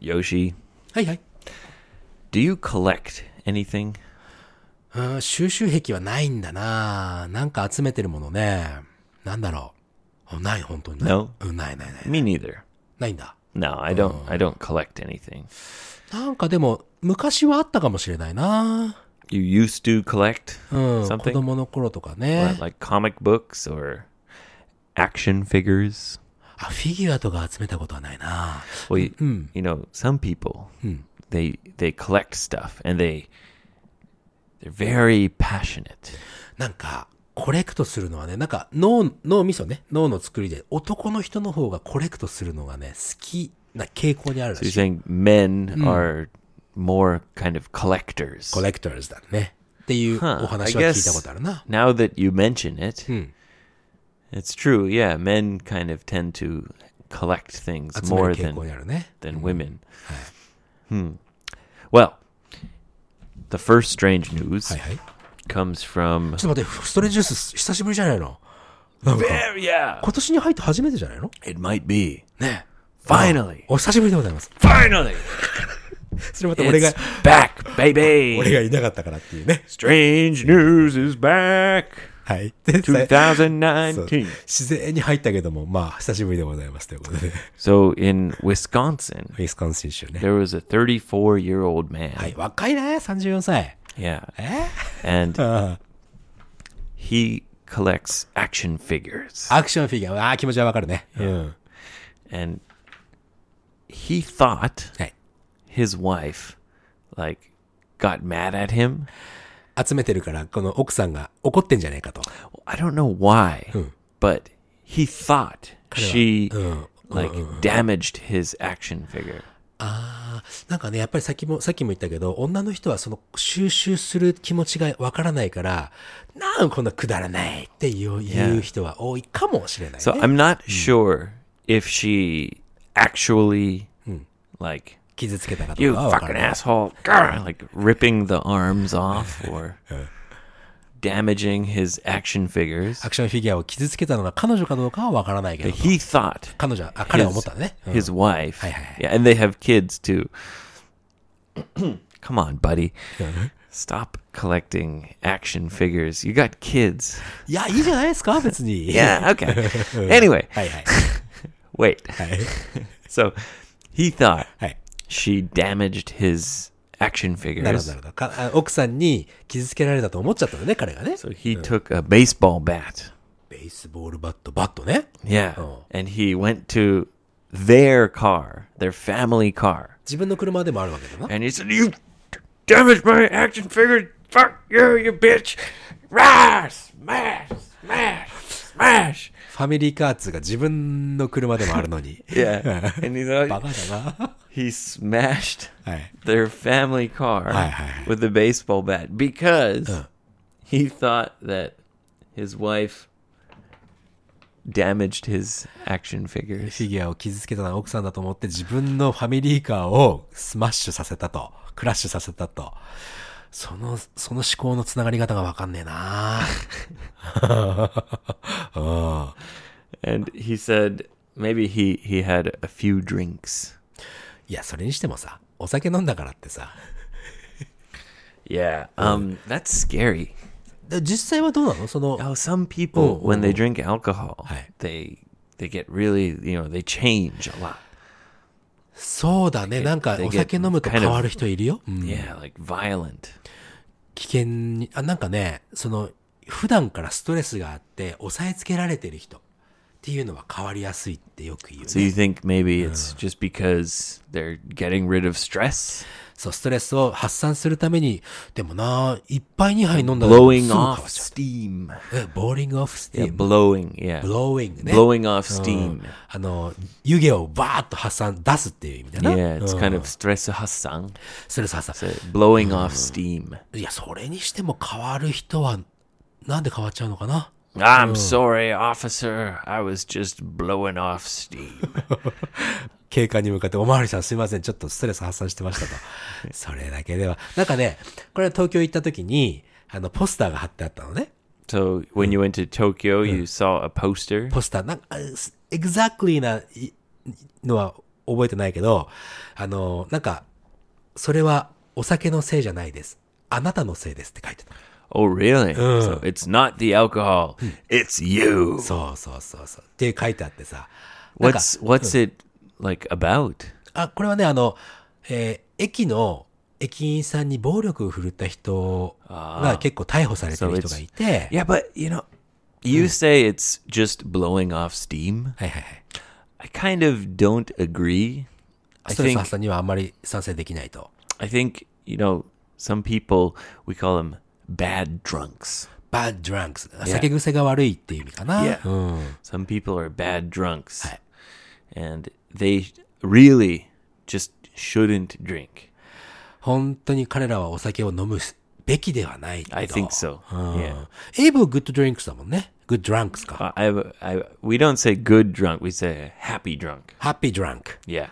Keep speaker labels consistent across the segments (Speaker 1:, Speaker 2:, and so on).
Speaker 1: Yoshi,
Speaker 2: はいはい。
Speaker 1: do you collect anything?
Speaker 2: あー収集癖はないんだななんか集めてるものね。なんだろう。あない、本当にない。
Speaker 1: No.
Speaker 2: うんないないない。
Speaker 1: Me neither.
Speaker 2: ないんだ。
Speaker 1: No, I don't. I don't collect anything.
Speaker 2: なんかでも、昔はあったかもしれないな
Speaker 1: You used to collect
Speaker 2: うん。子
Speaker 1: something
Speaker 2: 供の頃とかね
Speaker 1: What,。like comic books or action figures.
Speaker 2: あ、フィギュアとか集めたことはないな
Speaker 1: Well, you, you know, some people they they collect stuff and they they're very passionate.
Speaker 2: なんか、コレクトするのはね、なんか脳、脳みそね、脳の作りで、男の人の方がコレクトするのがね、好きな傾向にあるら
Speaker 1: So you're
Speaker 2: しい。
Speaker 1: saying men are more kind of collectors.
Speaker 2: コレクターズだね。っていう
Speaker 1: Huh,
Speaker 2: お
Speaker 1: I
Speaker 2: 話は聞いたこ
Speaker 1: guess
Speaker 2: とあるな。
Speaker 1: now that you mention it, it's true. Yeah, men kind of tend to collect things
Speaker 2: 集め
Speaker 1: more
Speaker 2: る傾
Speaker 1: than
Speaker 2: 向にあるね。
Speaker 1: than women. Hmm. Well, the first strange news
Speaker 2: はいはい。ちょ
Speaker 1: comes from
Speaker 2: っと待って、ストレンジジュース久しぶりじゃないのなんか、
Speaker 1: There, yeah.
Speaker 2: 今年に入って初めてじゃないの
Speaker 1: It might be
Speaker 2: ね
Speaker 1: finally,
Speaker 2: お久しぶりでございます。
Speaker 1: Oh. finally.
Speaker 2: それまた俺が
Speaker 1: It's、back,
Speaker 2: 俺
Speaker 1: baby.
Speaker 2: がいなかったからっていうね。
Speaker 1: Strange news is back.
Speaker 2: はい。でそう
Speaker 1: 2019.
Speaker 2: 自然に入ったけども、まあ、久しぶりでございますということで。
Speaker 1: So in Wisconsin,
Speaker 2: ウィスコンシン州ね。
Speaker 1: there was a 34 year old
Speaker 2: は
Speaker 1: man.
Speaker 2: い、若いね、34歳。
Speaker 1: Yeah,
Speaker 2: え
Speaker 1: and
Speaker 2: ア
Speaker 1: he collects action figures,
Speaker 2: クションフィギュア。ああ、気持ちはわかるね。うん。
Speaker 1: and he thought
Speaker 2: はい。
Speaker 1: his wife, like, got mad at him.
Speaker 2: 集めてるから、この奥さんが怒ってんじゃねえかと。
Speaker 1: I don't know why, but he thought she like damaged his action figure.
Speaker 2: ああ、なんかね、やっぱりさっきも、さっきも言ったけど、女の人はその収集する気持ちがわからないから、なんこんなくだらないっていう言う人は多いかもしれない
Speaker 1: So
Speaker 2: ね。
Speaker 1: I'm not sure if she actually like
Speaker 2: 傷つけたかど
Speaker 1: you
Speaker 2: うかはわか
Speaker 1: fucking
Speaker 2: らない。
Speaker 1: asshole, grr," like ripping the arms off or damaging his action figures.
Speaker 2: アクションフィギュアを傷つけたのが彼女かどうかはわからないけど、
Speaker 1: He thought
Speaker 2: 彼女は、あ、彼は思っ
Speaker 1: his,
Speaker 2: たのね。うん
Speaker 1: his wife,
Speaker 2: Hi, hi, hi.
Speaker 1: yeah, and they have kids too. Come on, buddy. Stop collecting action figures. You got kids.
Speaker 2: いや、いいじゃないですか、別に。
Speaker 1: Yeah, okay. anyway,
Speaker 2: はいはい。
Speaker 1: wait. So he thought
Speaker 2: はい。
Speaker 1: she damaged his action
Speaker 2: なるほど、
Speaker 1: figures.
Speaker 2: なるほどかあ。奥さんに傷つけられたと思っちゃったのね、彼がね。
Speaker 1: So he took a baseball bat.
Speaker 2: ベースボールバット、バットね。
Speaker 1: Yeah.
Speaker 2: Oh.
Speaker 1: And he went to their car, their family car.
Speaker 2: 自分の車でもあるわけだな。
Speaker 1: And he said, You damaged my action figure. Fuck you, you bitch. Rah! Smash! Smash! Smash!
Speaker 2: ファミリーカーツが自分の車でもあるのに。
Speaker 1: Yeah. and he's like,
Speaker 2: バカだな。
Speaker 1: he smashed
Speaker 2: はい。
Speaker 1: their family car
Speaker 2: Hi, hi, hi.
Speaker 1: with a baseball bat because he thought that his wife damaged his action figures.
Speaker 2: フィギュアを傷つけたのは奥さんだと思って自分のファミリーカーをスマッシュさせたと。クラッシュさせたと。その、その思考のつながり方がわかんねえ なうん。
Speaker 1: And he said maybe he, he had a few drinks.
Speaker 2: いや、それにしてもさ、お酒飲んだからってさ。
Speaker 1: Yeah. Um that's scary.
Speaker 2: で実際はどうなのその、
Speaker 1: How Oh, some people when they drink alcohol,
Speaker 2: Hi.
Speaker 1: they they get really, you know, they change a lot.
Speaker 2: そうだね。なんか
Speaker 1: they get
Speaker 2: お酒飲むと
Speaker 1: kind of-
Speaker 2: 変わる人いるよ。うん、
Speaker 1: Yeah, like violent.
Speaker 2: 危険に、あ、なんかね、その、普段からストレスがあって、抑えつけられてる人っていうのは変わりやすいってよく言う、ね。
Speaker 1: So you think maybe it's just because they're getting rid of stress?
Speaker 2: そう、ストレスを発散するために、でもな、一杯二杯飲んだらすぐ
Speaker 1: Blowing
Speaker 2: 変わっ
Speaker 1: off
Speaker 2: ちゃ
Speaker 1: steam.
Speaker 2: う。え、ボーリングオフステ
Speaker 1: Yeah,
Speaker 2: ィーム。
Speaker 1: blowing. Oh. Yeah,
Speaker 2: ブローイングね。
Speaker 1: blowing off steam.
Speaker 2: あの、湯気をバーッと発散、出すっていう意味だな。
Speaker 1: Yeah, it's kind of stress hassang.
Speaker 2: ストレス発散。
Speaker 1: Blowing off steam.
Speaker 2: いや、それにしても変わる人は、なんで変わっちゃうのかな
Speaker 1: I'm sorry, officer. I was just blowing off steam.
Speaker 2: 警官に向かって、おまわりさんすいません、ちょっとストレス発散してましたと。それだけでは。なんかね、これは東京行った時に、あの、ポスターが貼ってあったのね。
Speaker 1: so when you went to Hmm. Tokyo, you saw a poster.
Speaker 2: ポスター、なんか、あす exactly ないのは覚えてないけど、あの、なんか、それはお酒のせいじゃないです。あなたのせいですって書いてた。
Speaker 1: Oh, really? So it's not the alcohol. It's you.
Speaker 2: そうそうそうそう。って書いてあってさ。なんか
Speaker 1: What's what's it like about?
Speaker 2: あ、これはね、あの、えー駅の駅員さんに暴力を振るった人が結構逮捕されてる人がいて、
Speaker 1: Yeah, but you know, you say it's just blowing off steam.
Speaker 2: はいはいはい。
Speaker 1: I kind of don't agree. I
Speaker 2: ストレス
Speaker 1: think
Speaker 2: 発散にはあんまり賛成できないと。
Speaker 1: I think, you know, some people we call them bad drunks.
Speaker 2: bad drunks。酒癖が悪いっていう意味かな。
Speaker 1: Yeah. Oh.
Speaker 2: うん。
Speaker 1: Some people are bad drunks. And they really just shouldn't drink.
Speaker 2: 本当に彼らはお酒を飲むべきではないと。
Speaker 1: I think so.
Speaker 2: うん
Speaker 1: Yeah.
Speaker 2: Able good drinks だもんね。good drunks か。
Speaker 1: I, I, we don't say good drunk, we say happy drunk.
Speaker 2: happy drunk.
Speaker 1: Yeah.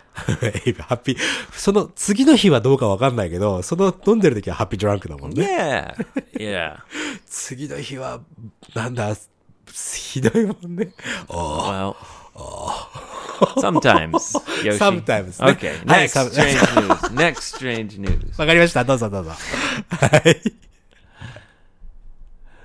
Speaker 2: Abe happy. その次の日はどうかわかんないけど、その飲んでる時は happy drunk だもんね。
Speaker 1: Yeah. yeah.
Speaker 2: 次の日は、なんだ、ひどいもんね。おー
Speaker 1: Well, sometimes. Yoshi.
Speaker 2: Sometimes.
Speaker 1: Okay.
Speaker 2: Hi,
Speaker 1: Next
Speaker 2: some-
Speaker 1: strange news. Next strange news.
Speaker 2: わかりました。どうぞどうぞ。はい。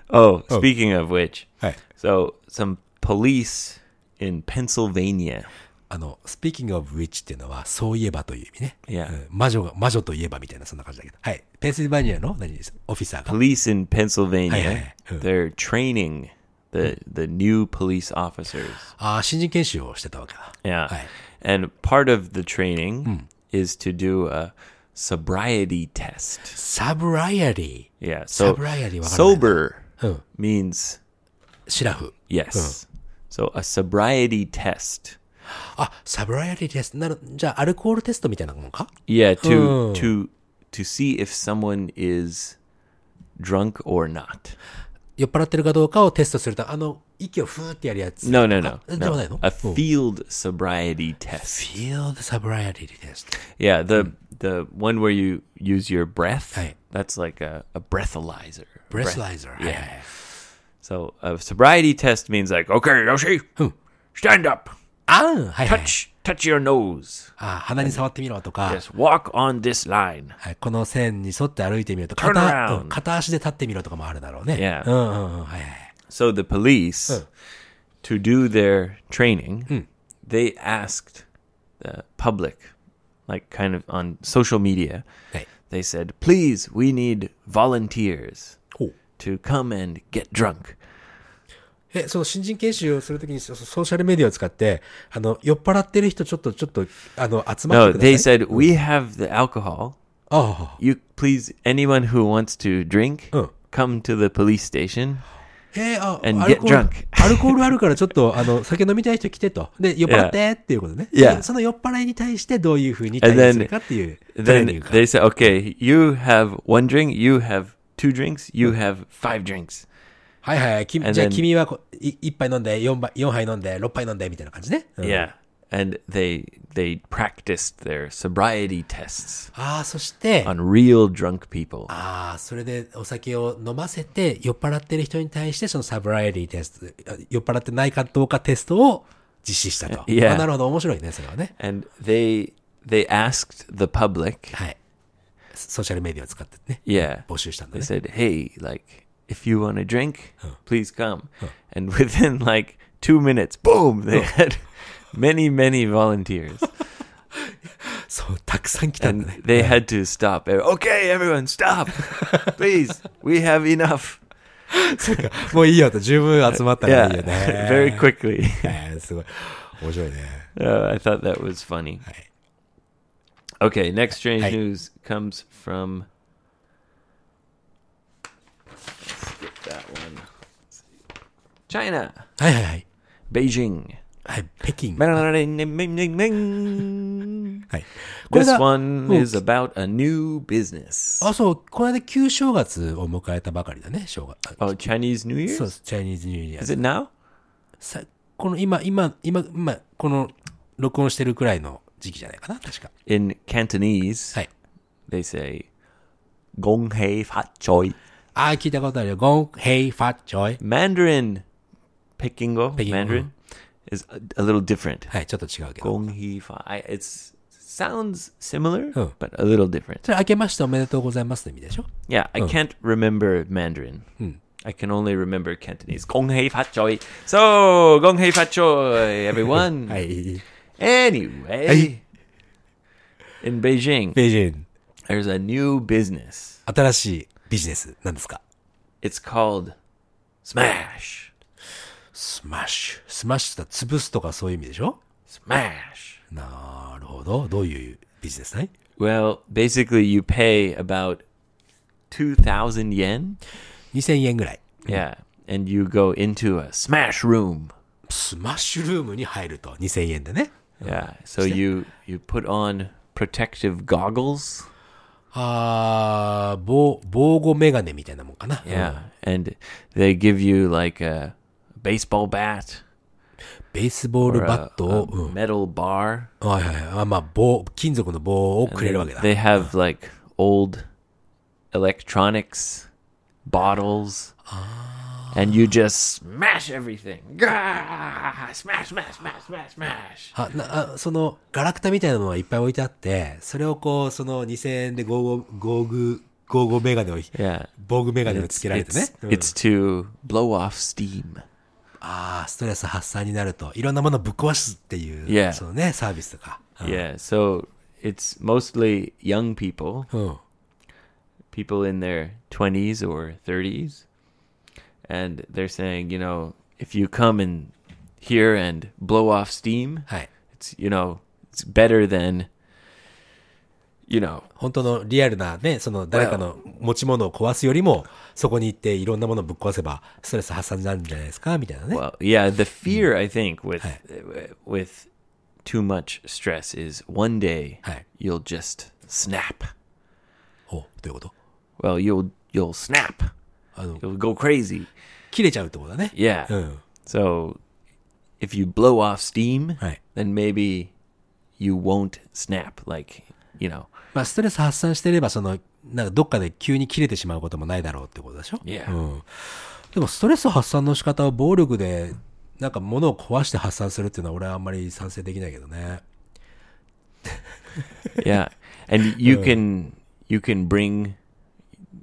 Speaker 1: Oh, speaking of which,
Speaker 2: はい。
Speaker 1: so some police in Pennsylvania.
Speaker 2: あの、speaking of which っていうのは、そういえばという意味ね。
Speaker 1: Yeah.
Speaker 2: うん魔女が、魔女といえばみたいな、そんな感じだけど。はい。ペンシルバニアの、何ですオフィサーが。
Speaker 1: Police in Pennsylvania.
Speaker 2: Hey, hey, hey.
Speaker 1: They're training the the new police officers.
Speaker 2: ああ、新人研修をしてたわけだ。
Speaker 1: Yeah.
Speaker 2: はい。
Speaker 1: And part of the training
Speaker 2: Hmm.
Speaker 1: is to do a sobriety test.
Speaker 2: サブライアリ
Speaker 1: Yeah. So
Speaker 2: Sobriety, Oh. わかんないな。
Speaker 1: sober
Speaker 2: ー。うん。
Speaker 1: means
Speaker 2: シラフ。
Speaker 1: yes.
Speaker 2: Oh.
Speaker 1: So a sobriety test.
Speaker 2: あ、サブライアリーです。なる、じゃあ、アルコールテストみたいなもんか
Speaker 1: Yeah, to
Speaker 2: Oh.
Speaker 1: to to see if someone is drunk or not.
Speaker 2: 酔っ払ってるかどうかをテストすると、あの、息をふーってやるやつ。
Speaker 1: No, no, no.
Speaker 2: あじゃ
Speaker 1: no.
Speaker 2: ないの
Speaker 1: A
Speaker 2: うん
Speaker 1: field sobriety test.
Speaker 2: Feel the sobriety test.
Speaker 1: Yeah,
Speaker 2: Hmm.
Speaker 1: the the one where you use your breath.
Speaker 2: Hey.
Speaker 1: That's like a, a breathalyzer.
Speaker 2: Breathalyzer. はいはいは
Speaker 1: Yeah.
Speaker 2: い
Speaker 1: So a sobriety test means like, okay, Yoshi, stand up,
Speaker 2: あんはいはい。
Speaker 1: touch, touch your nose,
Speaker 2: あ鼻に触ってみろとか、
Speaker 1: yes, walk on this line.
Speaker 2: はい、この線に沿って歩いてみると
Speaker 1: Turn
Speaker 2: 片、
Speaker 1: around.
Speaker 2: うん片足で立ってみろとかもあるだろうね。
Speaker 1: Yeah.
Speaker 2: うんうんうん。はいはい。
Speaker 1: So the police, to do their training, they asked the public, like kind of on social media,
Speaker 2: はい。
Speaker 1: they said, please, we need volunteers
Speaker 2: ほう
Speaker 1: to come and get drunk.
Speaker 2: え、その新人研修をするときにそそソーシャルメディアを使って、あの、酔っ払ってる人ちょっと、ちょっと、あの、集まっ
Speaker 1: No,
Speaker 2: てくだ
Speaker 1: they
Speaker 2: さい。
Speaker 1: said, we have the alcohol.
Speaker 2: ああ。
Speaker 1: You please, anyone who wants to drink,
Speaker 2: Oh.
Speaker 1: come to the police station.
Speaker 2: えーあ、
Speaker 1: And
Speaker 2: アルコール
Speaker 1: get drunk.
Speaker 2: アルコールあるからちょっと、あの、酒飲みたい人来てと。で、酔っ払ってっていうことね。
Speaker 1: Yeah.
Speaker 2: でその酔っ払いに対してどういうふうに対応するかっていうトレーニ
Speaker 1: then
Speaker 2: ングが
Speaker 1: they say, okay, you have one drink, you have two drinks, you have five drinks.
Speaker 2: はいはい。き
Speaker 1: And
Speaker 2: じゃあ
Speaker 1: then-
Speaker 2: 君はこい1杯飲んで4杯、4杯飲んで、6杯飲んで、みたいな感じね。うん
Speaker 1: Yeah. And they they practiced their sobriety tests
Speaker 2: ああ、そして、
Speaker 1: on real drunk people.
Speaker 2: ああ、それでお酒を飲ませて、酔っ払ってる人に対して、そのサブライアリーテスト、あ酔っ払ってないかどうかテストを実施したと。
Speaker 1: Yeah.
Speaker 2: あなるほど、面白いね、それはね。
Speaker 1: And they they asked the public,
Speaker 2: はい。ソーシャルメディアを使ってね、
Speaker 1: yeah,
Speaker 2: 募集したんだ
Speaker 1: they
Speaker 2: ね。
Speaker 1: said, hey, like if you want to drink, please come. And within like two minutes, boom, they had many many volunteers,
Speaker 2: そう、たくさん来たん
Speaker 1: and
Speaker 2: だね。
Speaker 1: they had to stop. Okay, everyone, stop, please. We have enough.
Speaker 2: もういいよと、十分集まったからいいよ ね。
Speaker 1: very quickly.
Speaker 2: えーすごい。面白いね。
Speaker 1: Uh, I thought that was funny. Okay, next strange news comes from. Skip that one. Let's see. China,
Speaker 2: はいはいはい。
Speaker 1: Beijing.
Speaker 2: はい、北京。
Speaker 1: This
Speaker 2: はい。これが、
Speaker 1: one
Speaker 2: もう
Speaker 1: is about a new business.
Speaker 2: あ、そう、この間旧正月を迎えたばかりだね、正月。あ
Speaker 1: Oh, Chinese New
Speaker 2: そう
Speaker 1: Year?
Speaker 2: です、チャイニーズニューイヤー
Speaker 1: Is it now?
Speaker 2: さこの今、今、今、今、この録音してるくらいの時期じゃないかな、確か。
Speaker 1: In Cantonese,
Speaker 2: はい。
Speaker 1: they say, Gong Hei Fat Choi.
Speaker 2: ああ、聞いたことあるよ。ゴン、ヘイ、ファッ、チョイ。
Speaker 1: Mandarin, Pekingo,
Speaker 2: Pekingo.
Speaker 1: Mandarin is a, a little different.
Speaker 2: はい、ちょっと違うけど。
Speaker 1: Gong Hee Fa. I, it's sounds similar,
Speaker 2: Oh.
Speaker 1: but a little different.
Speaker 2: それ、明けましておめでとうございますの意味でしょ
Speaker 1: Yeah, I
Speaker 2: Oh.
Speaker 1: can't remember Mandarin.
Speaker 2: Hmm.
Speaker 1: I can only remember Cantonese. Gong Hei Fa Choi. So, Gong Hei Fa Choi, everyone.
Speaker 2: はい。
Speaker 1: Anyway,
Speaker 2: Hey.
Speaker 1: in Beijing,
Speaker 2: ベイジン、
Speaker 1: there's a new business.
Speaker 2: 新しいビジネス、なんですか
Speaker 1: It's called Smash.
Speaker 2: スマッシュ。スマッシュって潰すとかそういう意味でしょ
Speaker 1: Smash.
Speaker 2: なるほど。どういうビジネスだい
Speaker 1: Well, basically, you pay about 2,000 yen.
Speaker 2: ?2000 円ぐらい。
Speaker 1: Yeah. And you go into a Smash room.
Speaker 2: スマッシュルームに入ると。2000円でね。
Speaker 1: Yeah. So you, you put on protective goggles.
Speaker 2: あー、防、防護メガネみたいなもんかな。うん
Speaker 1: Yeah. And they give you like a baseball bat
Speaker 2: ベースボール
Speaker 1: or
Speaker 2: バッ
Speaker 1: a,
Speaker 2: ト
Speaker 1: a
Speaker 2: を、うん。
Speaker 1: metal bar.
Speaker 2: はいはいはい。あまあ、棒、金属の棒をくれるわけだ。
Speaker 1: They have like old electronics bottles. And you just smash everything. Gah! Smash, smash, smash, smash, smash.
Speaker 2: あなあその、ガラクタみたいなものがいっぱい置いてあって、それをこう、その2000円でゴーゴー、ゴーグ、ゴーゴーメガネを、
Speaker 1: Yeah.
Speaker 2: 防具メガネをつ
Speaker 1: It's,
Speaker 2: けられて
Speaker 1: it's,
Speaker 2: ね。うん
Speaker 1: it's to blow off steam.
Speaker 2: ああ、ストレス発散になると、いろんなものをぶっ壊すっていう、
Speaker 1: Yeah.
Speaker 2: そのね、サービスとか。
Speaker 1: Yeah, so it's mostly young people,
Speaker 2: うん。
Speaker 1: people in their 20s or 30s. And they're saying, you know, if you come in here and blow off steam,
Speaker 2: はい。
Speaker 1: it's, you know, it's better than, you know,
Speaker 2: 本当のリアルなね、その誰かの持ち物を壊すよりも、そこに行っていろんなものをぶっ壊せば、ストレス発散になるんじゃないですかみたいなね。
Speaker 1: well, yeah, the fear I think with with too much stress is one day
Speaker 2: Hi.
Speaker 1: you'll just snap.
Speaker 2: おどういうこと
Speaker 1: Well, you'll you'll snap.
Speaker 2: あの、
Speaker 1: You'll go crazy.
Speaker 2: 切れちゃうってことだね。
Speaker 1: Yeah.
Speaker 2: うん。
Speaker 1: So if you blow off steam,
Speaker 2: Right.
Speaker 1: then maybe you won't snap. Like, you know,
Speaker 2: まあ、ストレス発散してれば、その、なんかどっかで急に切れてしまうこともないだろうってことでしょ
Speaker 1: Yeah.
Speaker 2: うん。でも、ストレス発散の仕方は暴力で、なんか物を壊して発散するっていうのは俺はあんまり賛成できないけどね。
Speaker 1: yeah. And you can you can bring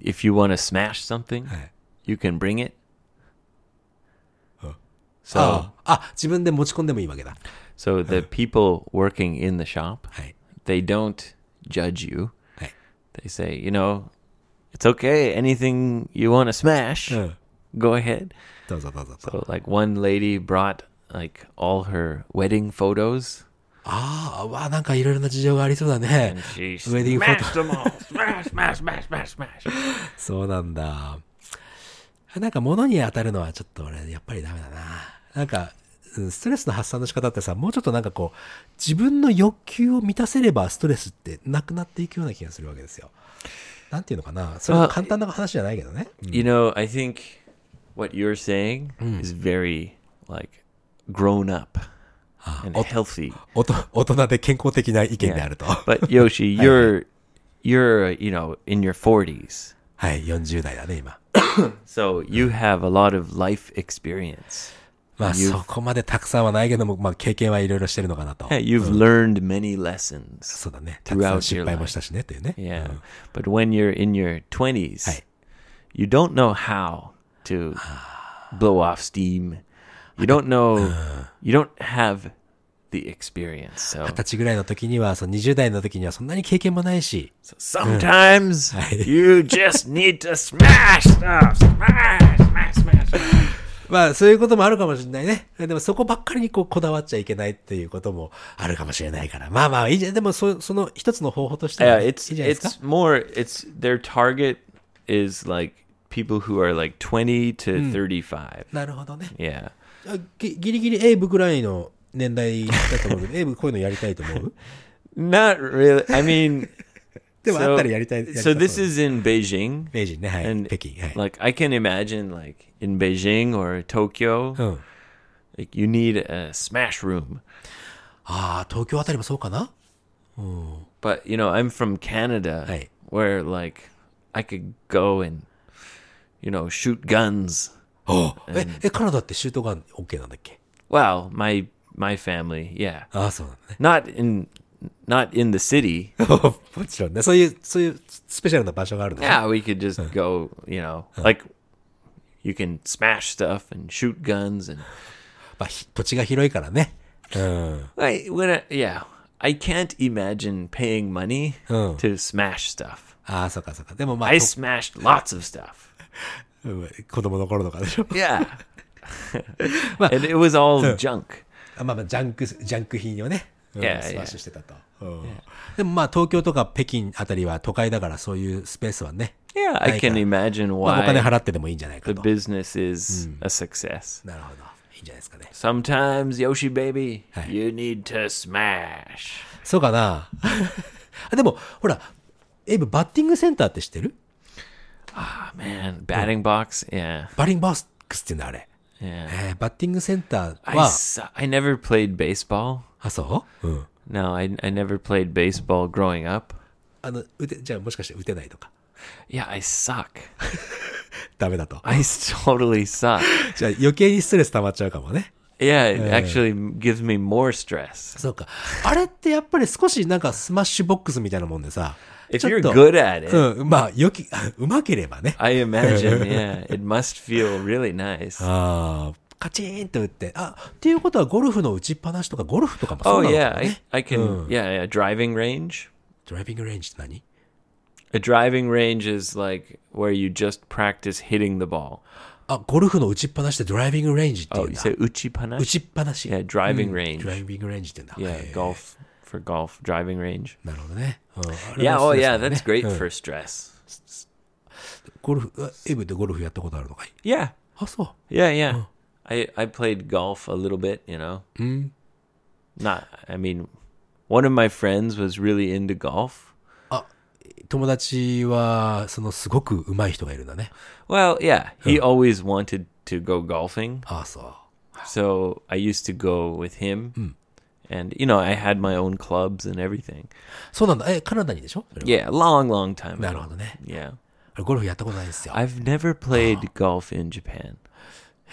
Speaker 1: if you want to smash something,
Speaker 2: はい。
Speaker 1: you can bring it. So
Speaker 2: あああ、自分で持ち込んでもいいわけだ。
Speaker 1: so the people working in the shop,
Speaker 2: はい。
Speaker 1: they don't judge you.
Speaker 2: はい。
Speaker 1: They say, you know, it's okay, anything you want to smash,
Speaker 2: うん。
Speaker 1: go ahead.
Speaker 2: どうぞどうぞ。
Speaker 1: So like one lady brought like all her wedding photos.
Speaker 2: ああ、わあ、なんかいろいろな事情がありそう だね。ウ
Speaker 1: she
Speaker 2: ェディングフォト。
Speaker 3: Smash them all. Smash, smash, smash, smash, smash.
Speaker 2: そうなんだ。なんか物に当たるのはちょっと俺、やっぱりダメだな。なんか、うんストレスの発散の仕方ってさ、もうちょっとなんかこう、自分の欲求を満たせればストレスってなくなっていくような気がするわけですよ。なんていうのかな。それは簡単な話じゃないけどね。
Speaker 1: You know, I think what you're saying is very like grown up and healthy.
Speaker 2: おと大人で健康的な意見であると。
Speaker 1: But Yoshi, you're you're you know in your 40s,
Speaker 2: はい、40代だね、今。
Speaker 1: so you have a lot of life experience.
Speaker 2: まあ、
Speaker 1: You've-
Speaker 2: そこまでたくさんはないけども、まあ、経験はいろいろしてるのかなと。
Speaker 1: Yeah, you've learned many lessons.
Speaker 2: そうだね。たく
Speaker 1: Throughout
Speaker 2: さ
Speaker 1: your
Speaker 2: ん失敗もしたしね、っていうね。
Speaker 1: Yeah, but when you're in your 20s,
Speaker 2: Hey.
Speaker 1: you don't know how to blow off steam. You don't know. You don't have the experience. So
Speaker 2: 二十歳ぐらいの時には、その20代の時にはそんなに経験もないし、
Speaker 1: So sometimes
Speaker 3: You just need to smash stuff. Smash, smash, smash, smash.
Speaker 2: まあそういうこともあるかもしれないね。でもそこばっかりにこうこだわっちゃいけないっていうこともあるかもしれないから。まあまあいいじゃん。でもそその一つの方法として
Speaker 1: yeah, E
Speaker 2: は、いい
Speaker 1: it's
Speaker 2: じゃないですか
Speaker 1: it's。more it's their target is like people who are like 20 to 35.
Speaker 2: なるほどね。
Speaker 1: Yeah.
Speaker 2: あぎギリギリエイブぐらいの年代だと思うけ ど、エイブこういうのやりたいと思う
Speaker 1: Not really. I mean
Speaker 2: でもあ
Speaker 1: so,
Speaker 2: ったらやりたい。やりた
Speaker 1: so
Speaker 2: そう
Speaker 1: this is in Beijing
Speaker 2: 名人ね、はい。
Speaker 1: and
Speaker 2: 北京。はい。
Speaker 1: like I can imagine like in Beijing or Tokyo
Speaker 2: うん。
Speaker 1: like you need a smash room.
Speaker 2: ああ、東京あたりもそうかな
Speaker 1: But you know, I'm from Canada
Speaker 2: Hey.
Speaker 1: where like I could go and you know, shoot guns.
Speaker 2: おうえ、え、カナダってシュートガン OK なんだっけ
Speaker 1: Well, my my family. Yeah,
Speaker 2: ああ、そうなんだね。
Speaker 1: not in not in the city.
Speaker 2: もちろんね。そういう、そういうスペシャルな場所があるのね。
Speaker 1: Yeah, we could just go. You know, like you can smash stuff and shoot guns and
Speaker 2: まあ、ひ土地が広いからね。うん。
Speaker 1: I when I, yeah. I can't imagine paying money
Speaker 2: Oh.
Speaker 1: to smash stuff.
Speaker 2: ああ、そうかそうか。でもまあ
Speaker 1: I、smashed lots of stuff.
Speaker 2: とうん子供の頃とかでしょ。
Speaker 1: Yeah. and it was all junk.
Speaker 2: あまあまあ、ジャンク、ジャンク品をね、うん
Speaker 1: いやいや
Speaker 2: スマッシュしてたと。うんでもまあ、東京とか北京あたりは都会だからそういうスペースはね、
Speaker 1: Yeah, I
Speaker 2: Like
Speaker 1: can
Speaker 2: a-
Speaker 1: imagine
Speaker 2: まあ、お金
Speaker 1: why
Speaker 2: 払ってでもいいんじゃないか
Speaker 1: the
Speaker 2: と。
Speaker 1: business is a success.
Speaker 2: なるほど。いいんじゃないですかね。
Speaker 1: Sometimes, Yoshi baby,
Speaker 2: Hey.
Speaker 1: you need to smash.
Speaker 2: そうかな あでも、ほら、エイブ、バッティングセンターって知ってる
Speaker 1: Ah man, batting box. Yeah,
Speaker 2: バッティングボックスっていうんだ、あれ。
Speaker 1: yeah.
Speaker 2: えーバッティングセンター
Speaker 1: I,
Speaker 2: は、
Speaker 1: su- I never played baseball.
Speaker 2: あ、そううん。
Speaker 1: No, I I never played baseball growing up.
Speaker 2: あの、打て、じゃあもしかして打てないとか。
Speaker 1: Yeah, I suck.
Speaker 2: ダメだと。
Speaker 1: I totally suck.
Speaker 2: じゃあ余計にストレス溜まっちゃうかもね。
Speaker 1: Yeah, it actually gives me more stress.
Speaker 2: そうか。あれってやっぱり少しなんかスマッシュボックスみたいなもんでさ。
Speaker 1: If
Speaker 2: ちょ
Speaker 1: you're
Speaker 2: っと
Speaker 1: good at it,
Speaker 2: うん、まあ、よき、 うまければね。
Speaker 1: I imagine, yeah, it must feel really nice.
Speaker 2: ああ、カチーンと打って。あ、っていうことはゴルフの打ちっぱなしとか、ゴルフとかもそ
Speaker 1: oh
Speaker 2: うなのか
Speaker 1: yeah,
Speaker 2: も
Speaker 1: I,
Speaker 2: ね。
Speaker 1: I can. Yeah, yeah, driving range.
Speaker 2: ドライビングレンジって何
Speaker 1: A driving range is like where you just practice hitting the ball.
Speaker 2: あ、ゴルフの打ちっぱなしってドライビングレンジってい
Speaker 1: Oh,
Speaker 2: うん
Speaker 1: you
Speaker 2: だ。
Speaker 1: say uchipanashi?
Speaker 2: 打ちっぱなし。
Speaker 1: yeah, driving
Speaker 2: ドラ
Speaker 1: range.
Speaker 2: イビングレンジっていうんだ。
Speaker 1: Yeah,
Speaker 2: へー
Speaker 1: golf for golf, driving range.
Speaker 2: なるほどね。うんあれ
Speaker 1: Yeah,
Speaker 2: も
Speaker 1: oh
Speaker 2: ストレス
Speaker 1: yeah,
Speaker 2: だね
Speaker 1: that's great
Speaker 2: うん
Speaker 1: for stress.
Speaker 2: ゴルフ、あエブでゴルフやったことあるのかい
Speaker 1: Yeah,
Speaker 2: あ、そう。
Speaker 1: yeah, yeah. I I played golf a little bit, you know. Not, I mean, one of my friends was really into golf.
Speaker 2: 友達は、そのすごく上手い人がいるんだね。
Speaker 1: Well, yeah, he always wanted to go golfing.
Speaker 2: ああ、そう。
Speaker 1: So I used to go with him. And, you know, I had my own clubs and everything.
Speaker 2: そうなんだ。え、カナダにでしょそれ
Speaker 1: Yeah,
Speaker 2: は
Speaker 1: long, long time
Speaker 2: な
Speaker 1: ago.
Speaker 2: るほどね。
Speaker 1: Yeah.
Speaker 2: あれゴルフやったことないんですよ。
Speaker 1: I've never played golf in Japan.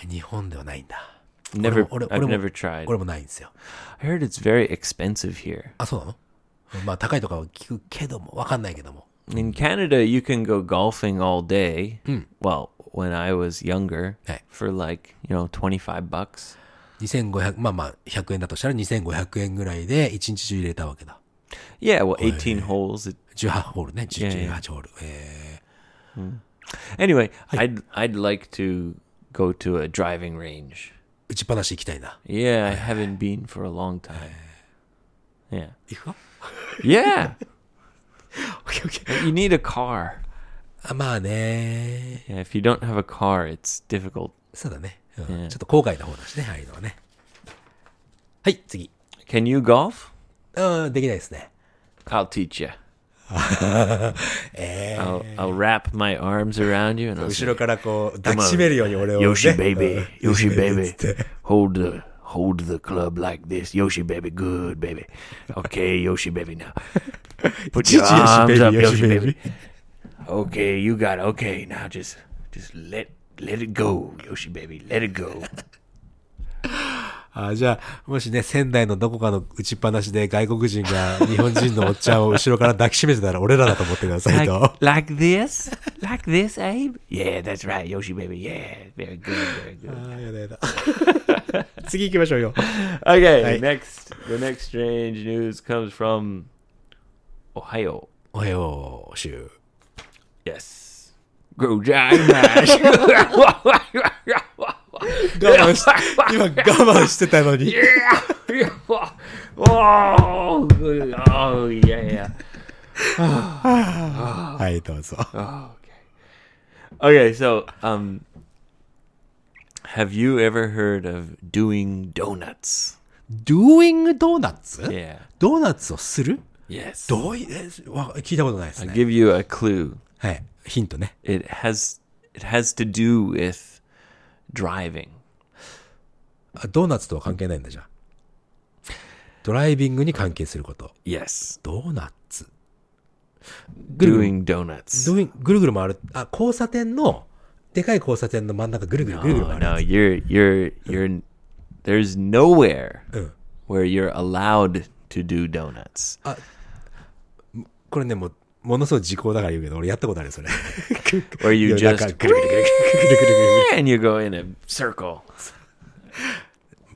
Speaker 2: 日本ではないんだ。
Speaker 1: Never,
Speaker 2: 俺も
Speaker 1: I've
Speaker 2: 俺も
Speaker 1: never tried.
Speaker 2: これもないんですよ。
Speaker 1: I heard it's very expensive here.
Speaker 2: あ、そうなのまあ、高いとかは聞くけども、わかんないけども。
Speaker 1: In Canada, you can go golfing all day. Well, when I was younger,
Speaker 2: Hey.
Speaker 1: for like, you know, 25 bucks.
Speaker 2: 2500、まあまあ、100円だとしたら2500円ぐらいで1日中入れたわけだ。
Speaker 1: Yeah, well, 18 holes. It,
Speaker 2: 18ホールね。
Speaker 1: いやいや
Speaker 2: 18ホール。えー
Speaker 1: anyway, I'd I'd like to go to a driving range.
Speaker 2: 打ちっぱなし行きたいな。
Speaker 1: Yeah, I haven't been for a long time. Yeah.
Speaker 2: 行くか
Speaker 1: Yeah.
Speaker 2: ?OK, OK.
Speaker 1: you need a car.
Speaker 2: あまあね。
Speaker 1: Yeah, if you don't have a car, it's difficult.
Speaker 2: そうだね、うん
Speaker 1: ええ
Speaker 2: ちょっと後悔な方だしね、ああいうのはね。はい、次。
Speaker 1: Can you golf?
Speaker 2: うん、できないですね。
Speaker 1: I'll teach you. I'll, I'll wrap my arms around you and I'll
Speaker 2: 後
Speaker 1: say,
Speaker 2: ろからこう、抱きしめるように俺を、ね。
Speaker 4: Yoshi baby,
Speaker 2: うん
Speaker 4: Yoshi
Speaker 2: つ
Speaker 4: baby,
Speaker 2: って
Speaker 4: hold the hold the club like this. Yoshi baby, good baby. Okay, Yoshi baby now. Put
Speaker 2: Yoshi
Speaker 4: your arms
Speaker 2: baby,
Speaker 4: up,
Speaker 2: Yoshi
Speaker 4: Yoshi
Speaker 2: baby.
Speaker 4: baby. Okay, you got it. Okay, now just just let let it go, Yoshi baby. Let it go.。
Speaker 2: あじゃあ、もしね、仙台のどこかの打ちっぱなしで外国人が日本人のおっちゃんを後ろから抱きしめてたら俺らだと思ってくださいと
Speaker 4: like this, like this, Abe. Yeah, that's right, Yoshi baby. Yeah, very good, very good.
Speaker 2: あやだやだ 次行きましょうよ。
Speaker 1: Okay,
Speaker 2: Hey.
Speaker 1: next the next strange news comes from Ohio.
Speaker 2: おはよう、シュー。
Speaker 1: Yes. Gojaimash.
Speaker 2: 我慢し、今我慢してたのに。
Speaker 1: oh, good. oh yeah, yeah.
Speaker 2: はい、どうぞ。
Speaker 1: Okay, so um have you ever heard of doing donuts?
Speaker 2: doing donuts?
Speaker 1: Yeah.
Speaker 2: ドーナツをする
Speaker 1: Yes.
Speaker 2: どういう、えわ聞いたことないですね。
Speaker 1: Give you a clue.
Speaker 2: はい、ヒントね。
Speaker 1: It has it has to do with driving.
Speaker 2: あドーナツとは関係ないんだじゃあドライビングに関係すること。
Speaker 1: Yes.
Speaker 2: ドーナツ。ぐるぐる
Speaker 1: Doing donuts.
Speaker 2: ドインぐるぐる回る。あ、交差点の、でかい交差点の真ん中ぐるぐるぐるぐる
Speaker 1: Oh
Speaker 2: 回る。
Speaker 1: no, you're you're you're There's nowhere
Speaker 2: うん。
Speaker 1: where you're allowed to do donuts.
Speaker 2: これね、もう、ものすごい時効だから言うけど、俺やったことあるよ、それ。
Speaker 1: Where you
Speaker 2: 夜中
Speaker 1: just
Speaker 2: ぐるぐるぐるぐるぐるぐるぐる
Speaker 1: and you go in a circle.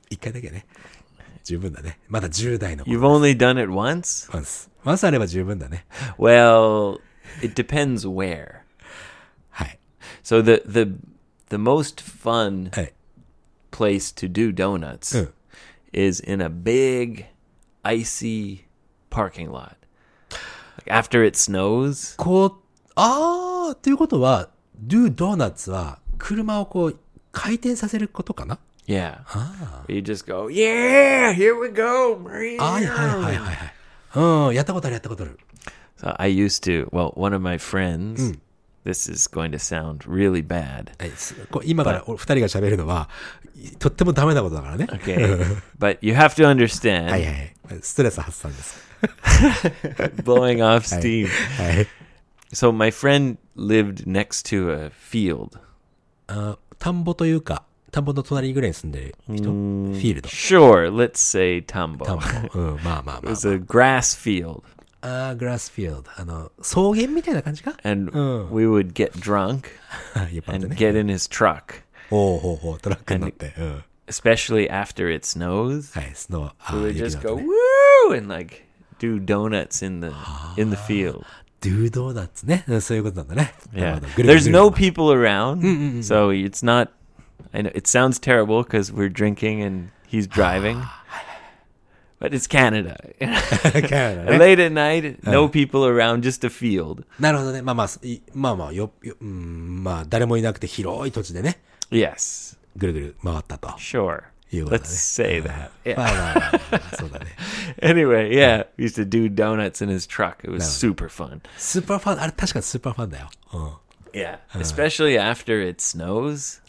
Speaker 2: 一回だけね。十分だね。まだ10代の頃
Speaker 1: You've only done it once?
Speaker 2: ワンス。ワンスあれば十分だね。
Speaker 1: Well, it depends where.
Speaker 2: はい。
Speaker 1: So the the the most fun
Speaker 2: はい。
Speaker 1: place to do donuts
Speaker 2: うん。
Speaker 1: is in a big icy parking lot. Like after it snows,
Speaker 2: こう、あー、ということは、do donuts は、車をこう、回転させることかな
Speaker 1: yeah. Ah. You just go, yeah.
Speaker 3: Yeah, here we go, man.
Speaker 2: はいはいはいはいはい。うん、やったことあるやったことある。
Speaker 1: So I used to, well, one of my friends, this is going to sound really bad.
Speaker 2: はい、すこう今からお二人が喋るのは、いとってもダメなことだからね。
Speaker 1: Okay. but you have to
Speaker 2: はい
Speaker 1: understand
Speaker 2: はいはい。ストレス発散です。
Speaker 1: blowing off steam.
Speaker 2: はい。
Speaker 1: So my friend lived next to a field.
Speaker 2: あ田んぼというか、田んぼの隣ぐらいに住んでる人、フィールド。
Speaker 1: Sure, let's say tambo.
Speaker 2: 田んぼ。うん、まあまあまあ
Speaker 1: It's a grass field.
Speaker 2: あーグラスフィールド。あの、草原みたいな感じか
Speaker 1: And
Speaker 2: Oh.
Speaker 1: we would get drunk
Speaker 2: やっぱ
Speaker 1: and
Speaker 2: ね。
Speaker 1: get in his truck,
Speaker 2: おうほうほう、トラックに乗って。うん。
Speaker 1: especially after it snows.
Speaker 2: はい、スノー、あ
Speaker 1: We
Speaker 2: ー
Speaker 1: would
Speaker 2: 雪
Speaker 1: just
Speaker 2: だと
Speaker 1: go
Speaker 2: ね
Speaker 1: woo and like do donuts in the in the field.
Speaker 2: ドゥードーナツね。うんそういうことなんだね。なる
Speaker 1: Yeah.
Speaker 2: ほどぐるぐる
Speaker 1: There's Ah,
Speaker 2: ぐる
Speaker 1: no Mm, people around, so it's not. I know it sounds terrible because we're drinking and he's driving, but it's Canada.
Speaker 2: ね
Speaker 1: Late at night, no people around, just a field.
Speaker 2: なるほどね。まあまあ、いまあまあ、よ、よ、うん、まあ、誰もいなくて広い土地でね、
Speaker 1: Yes,
Speaker 2: ぐるぐる回ったと。
Speaker 1: sure.
Speaker 2: いうことだね。
Speaker 1: Let's say that.
Speaker 2: ま
Speaker 1: Yeah.
Speaker 2: あまあまあまあ、そうだね。
Speaker 1: Anyway, yeah, we used to do donuts in his truck. It was super fun.
Speaker 2: スーパーファン、あれ確かにスーパーファンだよ。うん。
Speaker 1: Yeah, especially after it snows.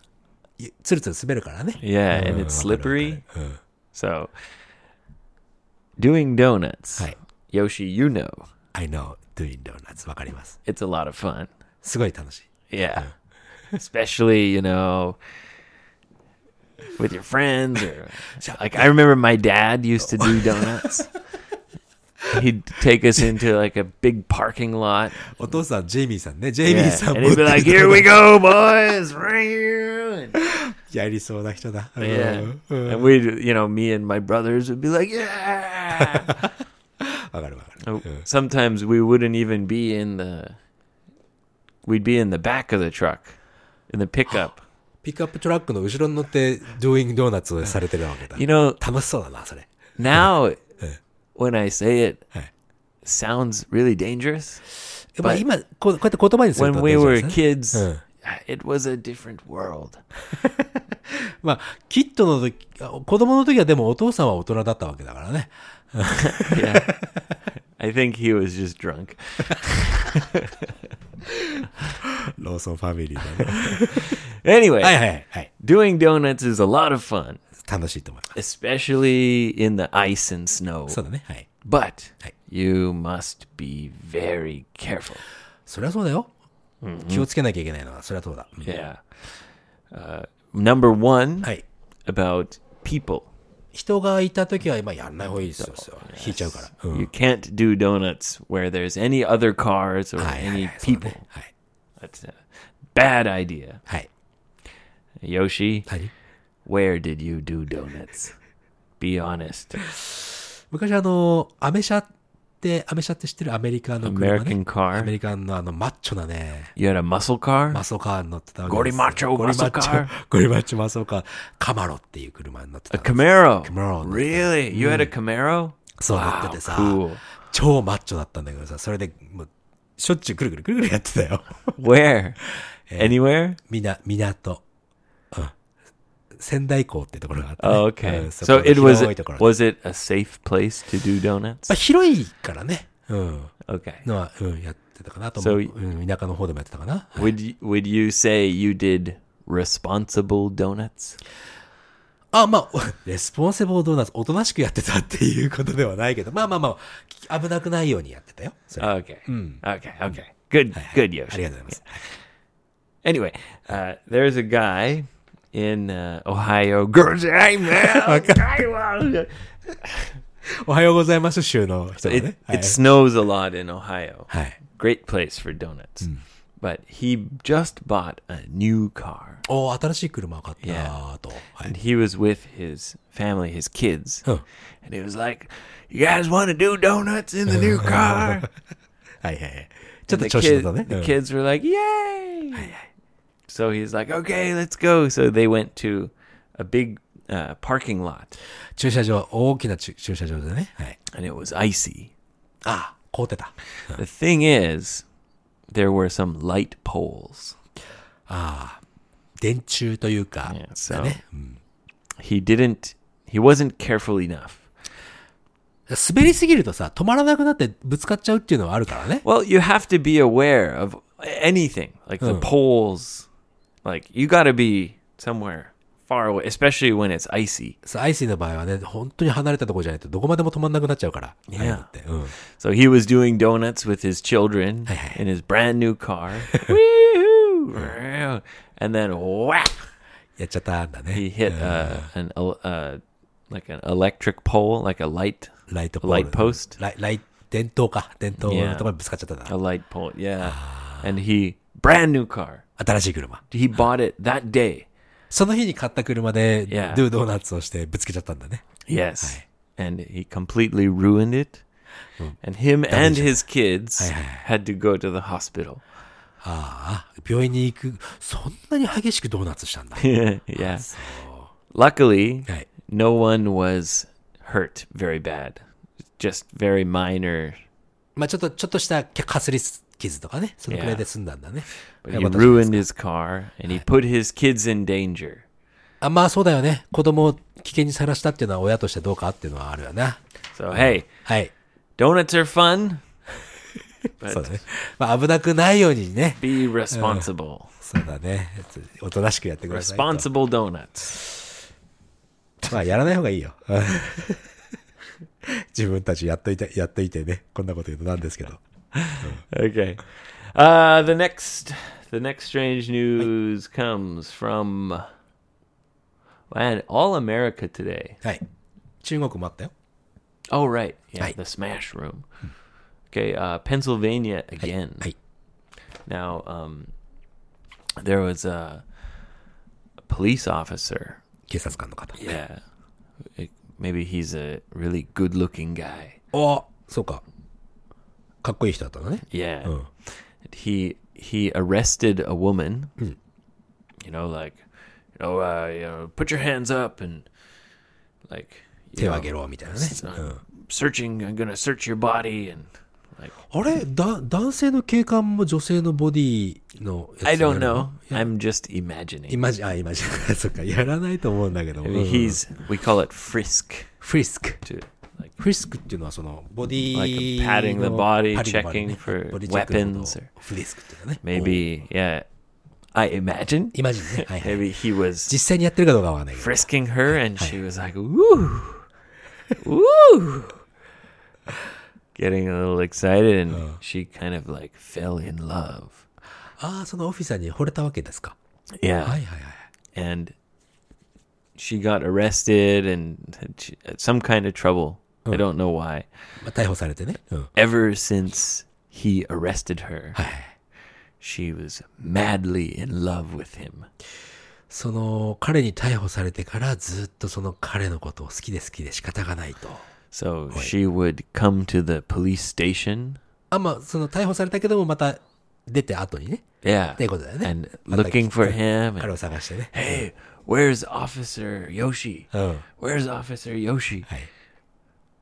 Speaker 2: いつるつる滑るからね。
Speaker 1: Yeah, uh, and it's slippery. So, doing donuts,
Speaker 2: Hi.
Speaker 1: Yoshi, you know,
Speaker 2: I know doing donuts. わかります。
Speaker 1: it's a lot of fun.
Speaker 2: すごい楽しい。
Speaker 1: Yeah. Especially, you know, with your friends or like I remember my dad used to do donuts. He'd take us into like a big parking lot.
Speaker 2: お父さん、ジェイミーさんね。ジェイミー
Speaker 1: Yeah.
Speaker 2: さん
Speaker 1: And
Speaker 2: も
Speaker 1: he'd be like, here we go, boys, right here. And,
Speaker 2: やりそうな人だ。うん
Speaker 1: yeah.
Speaker 2: うんわ
Speaker 1: and we, you know, me and my brothers would be like, yeah.
Speaker 2: かるわかる。
Speaker 1: Uh, Sometimes we wouldn't even be in the. We'd be in the back of the truck, in the pickup.
Speaker 2: ピックアップトラックの後ろに乗って、doing donuts をされてるわけだ
Speaker 1: You。know,
Speaker 2: 楽しそうだな、それ。
Speaker 1: now when I say it,
Speaker 2: Hey.
Speaker 1: sounds really dangerous.
Speaker 2: まあ今、こうこうやって言葉にする
Speaker 1: When
Speaker 2: と
Speaker 1: we
Speaker 2: 大丈夫
Speaker 1: were
Speaker 2: ですね。
Speaker 1: kids,
Speaker 2: Uh.
Speaker 1: it was a different world.
Speaker 2: まあ、キッドの時、あ子供の時はでもお父さんは大人だったわけだからね。
Speaker 1: Yeah. I think he was just drunk.
Speaker 2: ローソンファミリーだね。
Speaker 1: Anyway,
Speaker 2: はいはいはい。
Speaker 1: doing donuts is a lot of fun,
Speaker 2: 楽しいと思います。
Speaker 1: especially in the ice and snow.
Speaker 2: そうだね。はい。
Speaker 1: But
Speaker 2: Hey.
Speaker 1: you must be very careful.
Speaker 2: そりゃそうだよ。気をつけなきゃいけないのは、そりゃそうだ。うん
Speaker 1: Yeah. Uh, number one
Speaker 2: はい。
Speaker 1: about people.
Speaker 2: 人がいた時は、まあ、やんない方がいいですよ。引いちゃうから。うん
Speaker 1: You can't do donuts where there's any other cars or
Speaker 2: はいはい
Speaker 1: any
Speaker 2: はいそうだ
Speaker 1: people.
Speaker 2: ねはい。
Speaker 1: That's a bad idea.
Speaker 2: はい。
Speaker 1: Yoshi,
Speaker 2: 何
Speaker 1: where did you do donuts? Be honest.
Speaker 2: 昔あの、アメ車って、アメ車って知ってるアメリカの車、ね
Speaker 1: American。car.
Speaker 2: アメリカンのあの、マッチョなね、
Speaker 1: You had a muscle car?
Speaker 2: マソカーに乗ってたわけ
Speaker 1: ゴリマッチョ
Speaker 2: ゴリマッ
Speaker 1: マ
Speaker 2: チ
Speaker 1: ソカー
Speaker 2: ョ。ゴリマッチョマソカー。カマロっていう車に乗ってた
Speaker 1: a。Camaro.
Speaker 2: Camaro. Ah.
Speaker 1: Really? You had a Camaro?
Speaker 2: そう乗っててさ、
Speaker 1: Cool.
Speaker 2: 超マッチョだったんだけどさ、それで、もう、しょっちゅうくるくるくるくるやってたよ。
Speaker 1: Where? Anywhere?
Speaker 2: みな、港。うん。仙台港ってところがあってね、
Speaker 1: Oh, okay.
Speaker 2: うん
Speaker 1: so
Speaker 2: この
Speaker 1: it was
Speaker 2: 広いところ。
Speaker 1: was it a safe place to do
Speaker 2: まあ、
Speaker 1: donuts?
Speaker 2: 広いからね。うん。
Speaker 1: Okay.
Speaker 2: のは、うん、やってたかなと
Speaker 1: So-
Speaker 2: 思う。うん、田舎の方でもやってたかな。
Speaker 1: Would you, would you say you did responsible donuts?
Speaker 2: あ、まあ、 レスポンセブルドーナツ、おとなしくやってたっていうことではないけど、まあまあまあ、危なくないようにやってたよ。それ
Speaker 1: Okay. Okay. Okay. Good. Good,
Speaker 2: あり
Speaker 1: Yoshi.
Speaker 2: がとうございます。
Speaker 1: Anyway, uh, there's a guy in uh, Ohio, Guernsey, man.
Speaker 2: おはようございます州の人が
Speaker 1: it,
Speaker 2: ね。はい
Speaker 1: it snows a lot in Ohio.
Speaker 2: はい。
Speaker 1: Great place for donuts. But he just bought a new car.
Speaker 2: おー新しい車を買ったな
Speaker 1: Yeah.
Speaker 2: と。は
Speaker 1: And
Speaker 2: い。
Speaker 1: he was with his family, his kids.
Speaker 2: Huh.
Speaker 1: And he was like, You guys want to do donuts in the new car?
Speaker 2: はいはいはい。ち
Speaker 1: And
Speaker 2: ょっと
Speaker 1: the,
Speaker 2: 調子
Speaker 1: kid,
Speaker 2: 乗ったね。
Speaker 1: the
Speaker 2: うん
Speaker 1: kids were like, Yay! So he's like, Okay, let's go. So they went to a big uh, parking lot
Speaker 2: 駐車場、大きな駐駐車場でね。はい。
Speaker 1: and it was icy.
Speaker 2: ああ、凍ってた。
Speaker 1: The thing is, there were some light poles.
Speaker 2: 電柱というか、
Speaker 1: Yeah, Hmm. so he didn't, he wasn't careful enough.
Speaker 2: 滑りすぎるとさ、止まらなくなってぶつかっちゃうっていうのはあるからね。
Speaker 1: Well, you have to be aware of anything, like the
Speaker 2: Oh.
Speaker 1: poles. Like you got to be somewhere far away, especially when it's icy.
Speaker 2: さアイシーの場合はね、本当に離れたとこじゃないとどこまでも止まんなくなっちゃうから。
Speaker 1: Yeah.
Speaker 2: ああいうのってうん
Speaker 1: So he was doing donuts with his children
Speaker 2: Hey.
Speaker 1: in his brand new car. Wee-hoo! and then whack,
Speaker 2: やっちゃったんだね。
Speaker 1: he hit uh, an el- uh, like an electric pole, like a light,
Speaker 2: ライトポー
Speaker 1: light
Speaker 2: ル
Speaker 1: post,
Speaker 2: ライ、ライ、電灯か。電灯のところにぶつかっちゃったんだ
Speaker 1: a light pole. Yeah, and he brand new car.
Speaker 2: 新しい車。
Speaker 1: He bought it that day.
Speaker 2: その日に買った車で、
Speaker 1: Yeah.
Speaker 2: ドゥドーナツをしてぶつけちゃったんだね。
Speaker 1: Yes. And he completely ruined it. And him and his kids had to go to the hospital.
Speaker 2: ああ、病院に行く。そんなに激しくドーナツしたんだ。
Speaker 1: yeah. Luckily,
Speaker 2: Right.
Speaker 1: no one was hurt very bad. Just very minor.
Speaker 2: まあちょっと、ちょっとしたかすり傷とかね。そのくらいで済んだんだね。
Speaker 1: But
Speaker 2: よ
Speaker 1: he
Speaker 2: かったじゃないです
Speaker 1: ruined his car and he put his kids in danger.
Speaker 2: あまあそうだよね。子供を危険にさらしたっていうのは親としてどうかっていうのはあるよな。
Speaker 1: So, hey,
Speaker 2: はい。
Speaker 1: donuts are fun.
Speaker 2: そうだね。まあ危なくないようにね。
Speaker 1: Be responsible.
Speaker 2: そうだね。おとなしくやってくださいと。
Speaker 1: Responsible donuts.
Speaker 2: まあやらない方がいいよ。 自分たちやっといて、やっといてね。こんなこと言うとなんですけど。
Speaker 1: Okay. Uh, the next the next strange news comes from man, all America today.
Speaker 2: はい。中国もあったよ。
Speaker 1: Oh right, yeah,
Speaker 2: Aye.
Speaker 1: the smash room. Okay, uh, Pennsylvania
Speaker 2: はい
Speaker 1: again.
Speaker 2: はい。
Speaker 1: Now, um, there was a, a police officer.
Speaker 2: 警察官の方。
Speaker 1: Yeah, It- maybe he's a really good-looking guy.
Speaker 2: おそうか。かっこいい人だったのね。
Speaker 1: Yeah.
Speaker 2: うん。
Speaker 1: he he arrested a woman. You know, like, you know, uh, you know, put your hands up and like you
Speaker 2: 手を
Speaker 1: know,
Speaker 2: 挙げろ、みたいなね。うん。
Speaker 1: searching. I'm gonna search your body and like
Speaker 2: あれだ、男性の警官も女性のボディのや
Speaker 1: I
Speaker 2: つや
Speaker 1: don't
Speaker 2: るの
Speaker 1: know. I'm just imagining.
Speaker 2: イマジン、あ、イマジン。 そっか、やらないと思うんだけど。うん
Speaker 1: He's we call it frisk
Speaker 2: フリスク。
Speaker 1: to like
Speaker 2: フリスクっていうのはその、ボディの
Speaker 1: Like patting the body,
Speaker 2: パディの場合
Speaker 1: checking
Speaker 2: ね
Speaker 1: for
Speaker 2: ボディチェックのこと
Speaker 1: weapons or-
Speaker 2: フリスクっていうのね。
Speaker 1: maybe yeah. I imagine
Speaker 2: イマジン ね。はいはい
Speaker 1: maybe he was
Speaker 2: 実際にやってるかどうかはわかんないけど。
Speaker 1: frisking her and she was like woo woo getting a little excited and she kind of like fell in love
Speaker 2: ああ、そのオフィサーに惚れたわけですか。
Speaker 1: yeah
Speaker 2: はいはいはい。
Speaker 1: and she got arrested and had she- had some kind of trouble i don't know why
Speaker 2: まあ、逮捕されてね。うん。
Speaker 1: ever since he arrested her she was madly in love with him
Speaker 2: その、彼に逮捕されてからずっとその彼のことを好きで好きで仕方がないと。
Speaker 1: so she would come to the police station
Speaker 2: あ、まあ、その逮捕されたけどもまた出て後にね。
Speaker 1: yeah
Speaker 2: っていうことだよね。
Speaker 1: and
Speaker 2: また
Speaker 1: looking for
Speaker 2: うん
Speaker 1: him and
Speaker 2: 彼を探してね。
Speaker 1: hey, where's Officer Yoshi?
Speaker 2: うん。はい。
Speaker 1: Where's Officer Yoshi?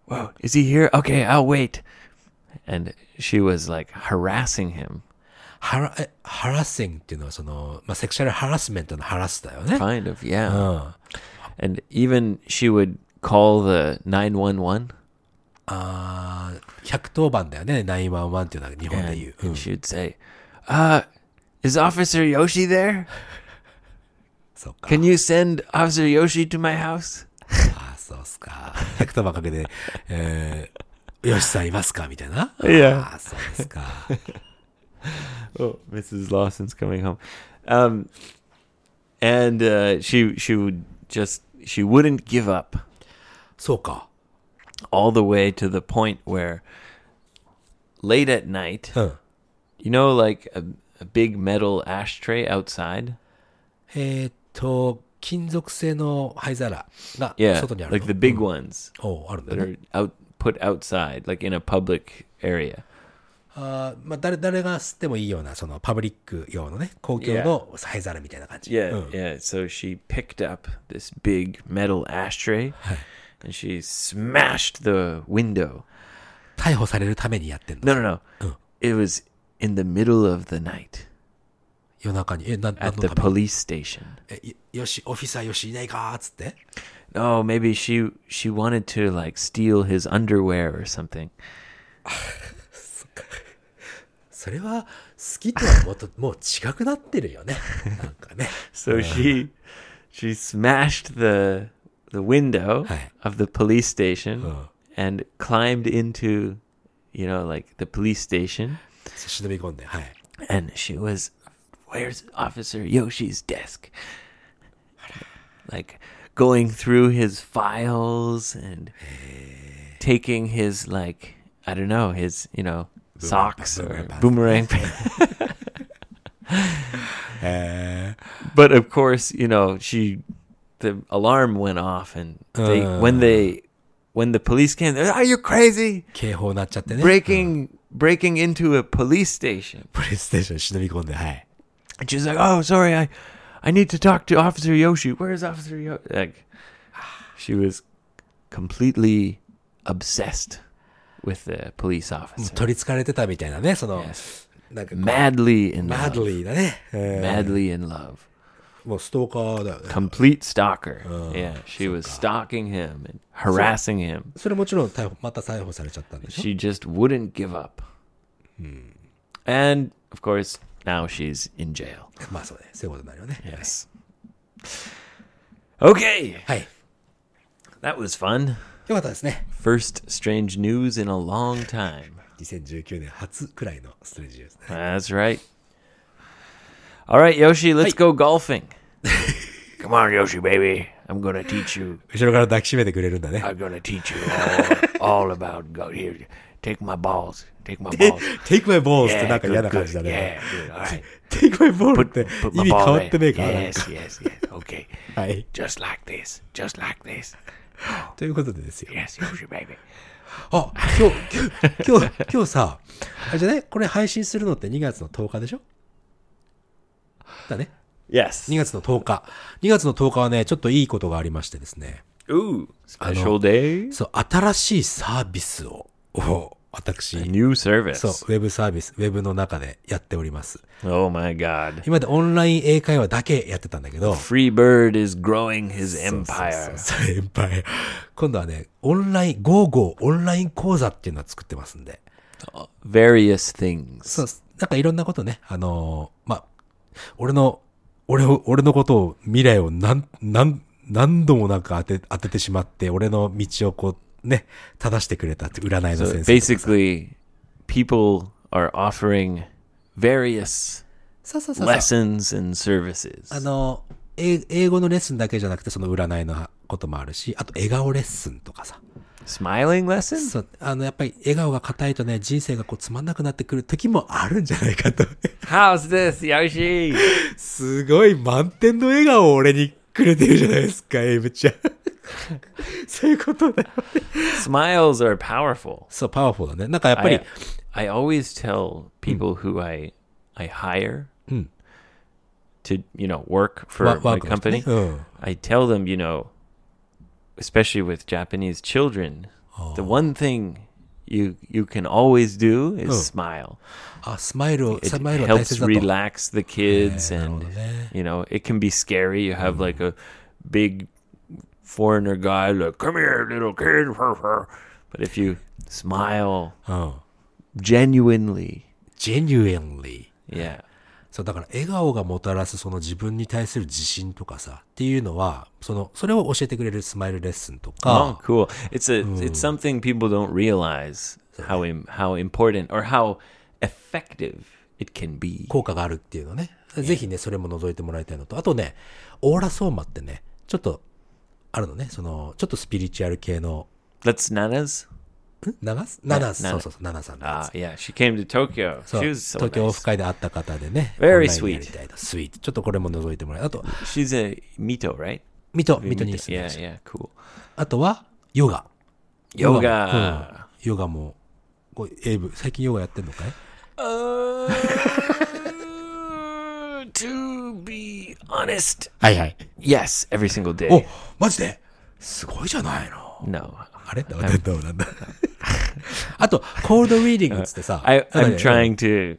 Speaker 1: Whoa, is he here? Okay, I'll wait. And she was like harassing him.
Speaker 2: ハラ、え、ハラッシングっていうのはその、まあ、セクシャルハラスメントのハラスだよね。
Speaker 1: Kind of, yeah.
Speaker 2: うん。
Speaker 1: And even she would call the 911
Speaker 2: あー、110番だよね。911っていうのは日本で
Speaker 1: and,
Speaker 2: 言う。うん
Speaker 1: and she would say, uh, is Officer Yoshi there?
Speaker 2: そっか。
Speaker 1: Can you send Officer Yoshi to my house?
Speaker 2: あー、そうっすか。110番かけて、えー、よしさんいますかみたいな。
Speaker 1: Yeah.
Speaker 2: あー、そうですか。
Speaker 1: Oh, Mrs. Lawson's coming home. Um, and uh, she she would just she wouldn't give up
Speaker 2: そうか。
Speaker 1: all the way to the point where late at night,
Speaker 2: うん。
Speaker 1: you know, like a, a big metal ashtray outside.
Speaker 2: えーっと、金属製の灰皿が
Speaker 1: Yeah,
Speaker 2: 外にあるの。
Speaker 1: like the big ones
Speaker 2: おうあるんだ
Speaker 1: that
Speaker 2: ね。
Speaker 1: are out put outside, like in a public area.
Speaker 2: あーまあ、誰、誰が吸ってもいいような、そのパブリック用のね、公共の灰皿みたいな感じ。
Speaker 1: Yeah,
Speaker 2: うん
Speaker 1: yeah. So she picked up this big metal ashtray and she smashed the window.
Speaker 2: 逮捕されるためにやってんの。
Speaker 1: No, no, no. It was in the middle of the night
Speaker 2: 夜中に。え、な、なん
Speaker 1: at
Speaker 2: の
Speaker 1: the
Speaker 2: ために
Speaker 1: police station.
Speaker 2: えいよし、オフィサーよし、いないかーっつって。
Speaker 1: Oh, maybe she she wanted to like steal his underwear or something.
Speaker 2: それは、好きとはもっと、もう違くなってる よね。なんかね。
Speaker 1: So she she smashed the the window
Speaker 2: Hi.
Speaker 1: of the police station
Speaker 2: Oh.
Speaker 1: and climbed into you know like the police station
Speaker 2: 忍び込んで、はい。
Speaker 1: and she was where's officer Yoshi's desk? Like going through his files and taking his like I don't know, his, you know, socks or boomerang
Speaker 2: boomerang pants.
Speaker 1: pants.
Speaker 2: へ
Speaker 1: but of course, you know, she the alarm went off and they
Speaker 2: Uh.
Speaker 1: when they when the police came, they're, are you crazy?
Speaker 2: 警報鳴っちゃってね。
Speaker 1: Breaking breaking into a police station.
Speaker 2: プレイステーション忍び込んで、はい。
Speaker 1: And she's like, "Oh, sorry. I I need to talk to Officer Yoshi. Where is Officer Yoshi?" Like she was completely obsessed with the police
Speaker 2: もう
Speaker 1: officer.
Speaker 2: 取り憑かれてたみたいなね、その、
Speaker 1: Yes.
Speaker 2: なんかこう、
Speaker 1: Madly in
Speaker 2: マ
Speaker 1: love.
Speaker 2: ドリーだね。うん
Speaker 1: Madly in love.
Speaker 2: もうストーカーだよね。
Speaker 1: Complete stalker. yeah, she was stalking him and harassing him.
Speaker 2: それもちろん逮捕、また逮捕されちゃったんでしょ
Speaker 1: she just wouldn't give up. Hmm. And of course, now she's in jail.
Speaker 2: まあそうね、そういうことになるよね。
Speaker 1: Yes. Okay,
Speaker 2: はい。
Speaker 1: that was fun.
Speaker 2: よかったですね。
Speaker 1: First strange news in a long time.
Speaker 2: 2019年初くらいのストレージですね。
Speaker 1: That's right. All right, Yoshi, let's go golfing.
Speaker 4: Come on, Yoshi, baby.
Speaker 1: I'm gonna teach you.
Speaker 2: 後ろから抱きしめてくれるんだね。
Speaker 4: I'm gonna teach you all, all about God. Here, take my balls. Take my balls.
Speaker 2: Take my balls ってなん
Speaker 4: Yeah,
Speaker 2: か嫌
Speaker 4: good,
Speaker 2: な感じ
Speaker 4: good.
Speaker 2: だね。
Speaker 4: Yeah, good. All right.
Speaker 2: Take my ball って
Speaker 4: Put
Speaker 2: 意味
Speaker 4: my
Speaker 2: 変
Speaker 4: ball
Speaker 2: わ
Speaker 4: there.
Speaker 2: ってねえかな。なんか
Speaker 4: Yes, yes, yes. Okay.
Speaker 2: はい。
Speaker 4: Just like this. Just like this.
Speaker 2: ということでですよ。
Speaker 4: Yes, Yoshi, baby.
Speaker 2: あ、今日、今日、今日、今日さ、あれじゃないこれ配信するのって2月の10日でしょだね。
Speaker 1: Yes.
Speaker 2: 2月の10日。2月の10日はね、ちょっといいことがありましてですね。
Speaker 1: Ooh, special day.
Speaker 2: そう、新しいサービスを、を私、
Speaker 1: New service.
Speaker 2: そう、ウェブサービス、ウェブの中でやっております。
Speaker 1: Oh my God.
Speaker 2: 今までオンライン英会話だけやってたんだけど、
Speaker 1: Freebird is growing his
Speaker 2: そう
Speaker 1: empire.
Speaker 2: そう先輩。今度はね、オンライン、ゴーゴーオンライン講座っていうのを作ってますんで。
Speaker 1: Various things.
Speaker 2: そう、なんかいろんなことね、あのーまあ、俺の、俺を、俺のことを、未来を何、何、何度もなんか当て、当ててしまって、俺の道をこう、ね、正してくれたって占いの
Speaker 1: So
Speaker 2: 先生。
Speaker 1: basically, people are offering various
Speaker 2: そうそうそうそう
Speaker 1: lessons and services.
Speaker 2: あの、え英語のレッスンだけじゃなくて、その占いのこともあるし、あと笑顔レッスンとかさ。
Speaker 1: Smiling lessons?
Speaker 2: そう、あの、やっぱり笑顔が硬いとね、人生がこうつまんなくなってくる時もあるんじゃないかと。
Speaker 1: How's this, Yoshi?
Speaker 2: すごい満点の笑顔を俺にくれてるじゃないですか、エイブちゃん。 そういうことだよ。
Speaker 1: Smiles are powerful.
Speaker 2: そう、パワフルだね。なんかやっぱり
Speaker 1: I,、I always tell people who I I hire to, you know, work for
Speaker 2: ワ
Speaker 1: my
Speaker 2: ワークの人
Speaker 1: company.
Speaker 2: ねうん。
Speaker 1: I tell them, you know, especially with Japanese children, the one thing you you can always do is
Speaker 2: Oh.
Speaker 1: smile.
Speaker 2: あ、スマイルを、
Speaker 1: it
Speaker 2: スマイルを大
Speaker 1: helps
Speaker 2: 切だと。
Speaker 1: relax the kids and you know it can be scary you have like a big foreigner guy like come here little kid but if you smile
Speaker 2: うん。
Speaker 1: genuinely
Speaker 2: genuinely.
Speaker 1: yeah
Speaker 2: そう、だから笑顔がもたらすその自分に対する自信とかさ、っていうのは、その、それを教えてくれるスマイルレッスンとか
Speaker 1: oh、cool it's a it's something people don't realize how Im- how important or how effective it can be.
Speaker 2: 効果があるっていうのね。ぜひね、それも覗いてもらいたいのと、あとね、オーラソーマってね、ちょっと、あるのね、その、ちょっとスピリチュアル系の、
Speaker 1: That's Nana's.
Speaker 2: んナすナナ
Speaker 1: ナナ
Speaker 2: そうそうそう、ナナさんのやつ
Speaker 1: Ah, yeah, she came to Tokyo.
Speaker 2: そう
Speaker 1: she was so
Speaker 2: 東京オ
Speaker 1: nice.
Speaker 2: フ会で会った方でね。
Speaker 1: Very
Speaker 2: オンラインでやりたいと。スイート。ちょっとこれも覗いてもらえあと、
Speaker 1: She's a Mito, right?
Speaker 2: 水戸、水戸に住んで
Speaker 1: Yeah,
Speaker 2: るし
Speaker 1: yeah, cool.
Speaker 2: あとは、ヨガ。
Speaker 1: ヨガ
Speaker 2: もうんヨガも、こうエイブ、最近ヨガやってんのかい
Speaker 1: Uh, to be honest, Oh.
Speaker 2: はいはい。
Speaker 1: yes, every single day.
Speaker 2: お、マジですごいじゃないの。
Speaker 1: No,
Speaker 2: あれどうなんだどう なんだあと、コールドウィーディングっつっ てさ、
Speaker 1: I,
Speaker 2: なん
Speaker 1: I'm
Speaker 2: かね
Speaker 1: trying to.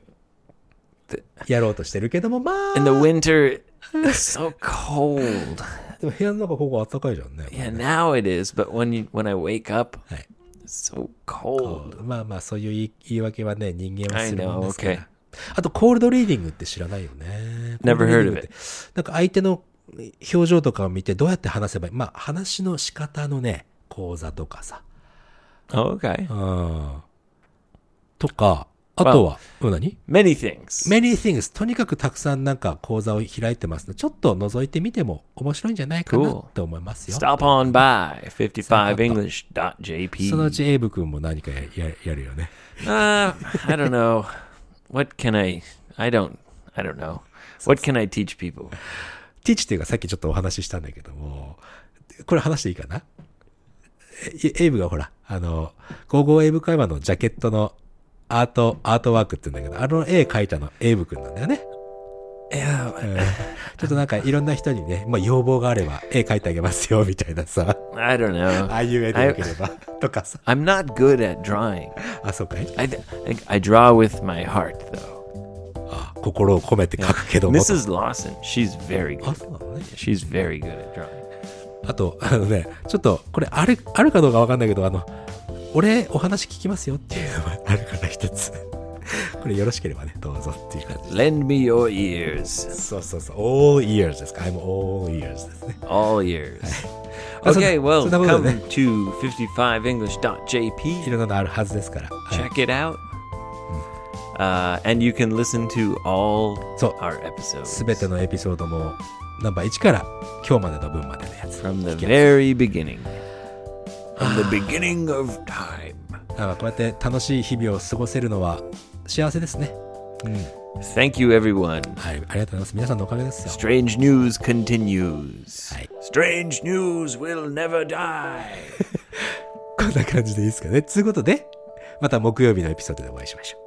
Speaker 2: やろうとしてるけども、ま
Speaker 1: In
Speaker 2: あ、
Speaker 1: the winter, it's so cold.
Speaker 2: でも部屋の中ここ暖かいじゃんね。
Speaker 1: Yeah, now it is. But when you when I wake up,
Speaker 2: はい。
Speaker 1: it's so cold.
Speaker 2: まあまあ、そういう言い言い訳はね、人間はするもんですか
Speaker 1: I know, okay.
Speaker 2: ら。あと、コールドリーディングって知らないよね。
Speaker 1: Never heard of it.
Speaker 2: コールドリーディングってなんか相手の表情とかを見てどうやって話せばいいまあ、話の仕方のね、講座とかさ。
Speaker 1: Oh, okay.
Speaker 2: うん。とか、あとは、うん何
Speaker 1: Many things.
Speaker 2: ?many things. とにかくたくさんなんか講座を開いてますので、ちょっと覗いてみても面白いんじゃないかな
Speaker 1: Cool.
Speaker 2: って思いますよ。
Speaker 1: Stop on by uh,
Speaker 2: そのう
Speaker 1: 55english.jp.
Speaker 2: ちエイブ君も何かやややるよね。
Speaker 1: Uh, I don't know. What can I? I don't. I don't know. What can I teach people?
Speaker 2: ティッチっていうかさっきちょっとお話ししたんだけども、これ話していいかなえエイブがほら、あの、ゴーゴーエイブ会話のジャケットのアート、アートワークって言うんだけど、あの絵描いたのエイブ君なんだよね。うんちょっとなんかいろんな人にね、まあ要望があれば絵描いてあげますよ、みたいなさ、
Speaker 1: I don't
Speaker 2: あ
Speaker 1: know.
Speaker 2: あいう絵でよければ、とかさ、
Speaker 1: I'm not good at drawing.
Speaker 2: あ、そうかい
Speaker 1: I, th- I draw with my heart, though.
Speaker 2: あ心を込めて描くけども。
Speaker 1: Mrs. Lawson, she's very
Speaker 2: あ、
Speaker 1: good.
Speaker 2: そうなのね。
Speaker 1: She's very good at drawing.
Speaker 2: あと、あのね、ちょっと、これ、ある、あるかどうかわかんないけど、あの、俺、お話聞きますよっていうのがあるから一つ。 これ、よろしければね、どうぞっていう感じ。
Speaker 1: Lend me your ears,
Speaker 2: そうそうそう、all ears ですか。I'm all ears ですね。
Speaker 1: all ears.
Speaker 2: あそんな
Speaker 1: Okay, well,
Speaker 2: そんなことで
Speaker 1: come
Speaker 2: ね、
Speaker 1: to
Speaker 2: い
Speaker 1: 55english.jp.
Speaker 2: ろんなのあるはずですから。はい
Speaker 1: Check it out. Uh, and you can listen to all
Speaker 2: そう
Speaker 1: our episodes
Speaker 2: すべてのエピソードも、ナンバー1から今日までの分までのやつ。
Speaker 1: from the
Speaker 2: 聞け
Speaker 1: very beginning. From the beginning of time.
Speaker 2: あこうやって楽しい日々を過ごせるのは幸せですね。
Speaker 1: Thank you, everyone.
Speaker 2: はい、ありがとうございます。皆さんのおかげですよ。
Speaker 1: Strange news continues.
Speaker 2: Aye.
Speaker 1: Strange news will never die.
Speaker 2: こんな感じでいいですかね。ということで、また木曜日のエピソードでお会いしましょう。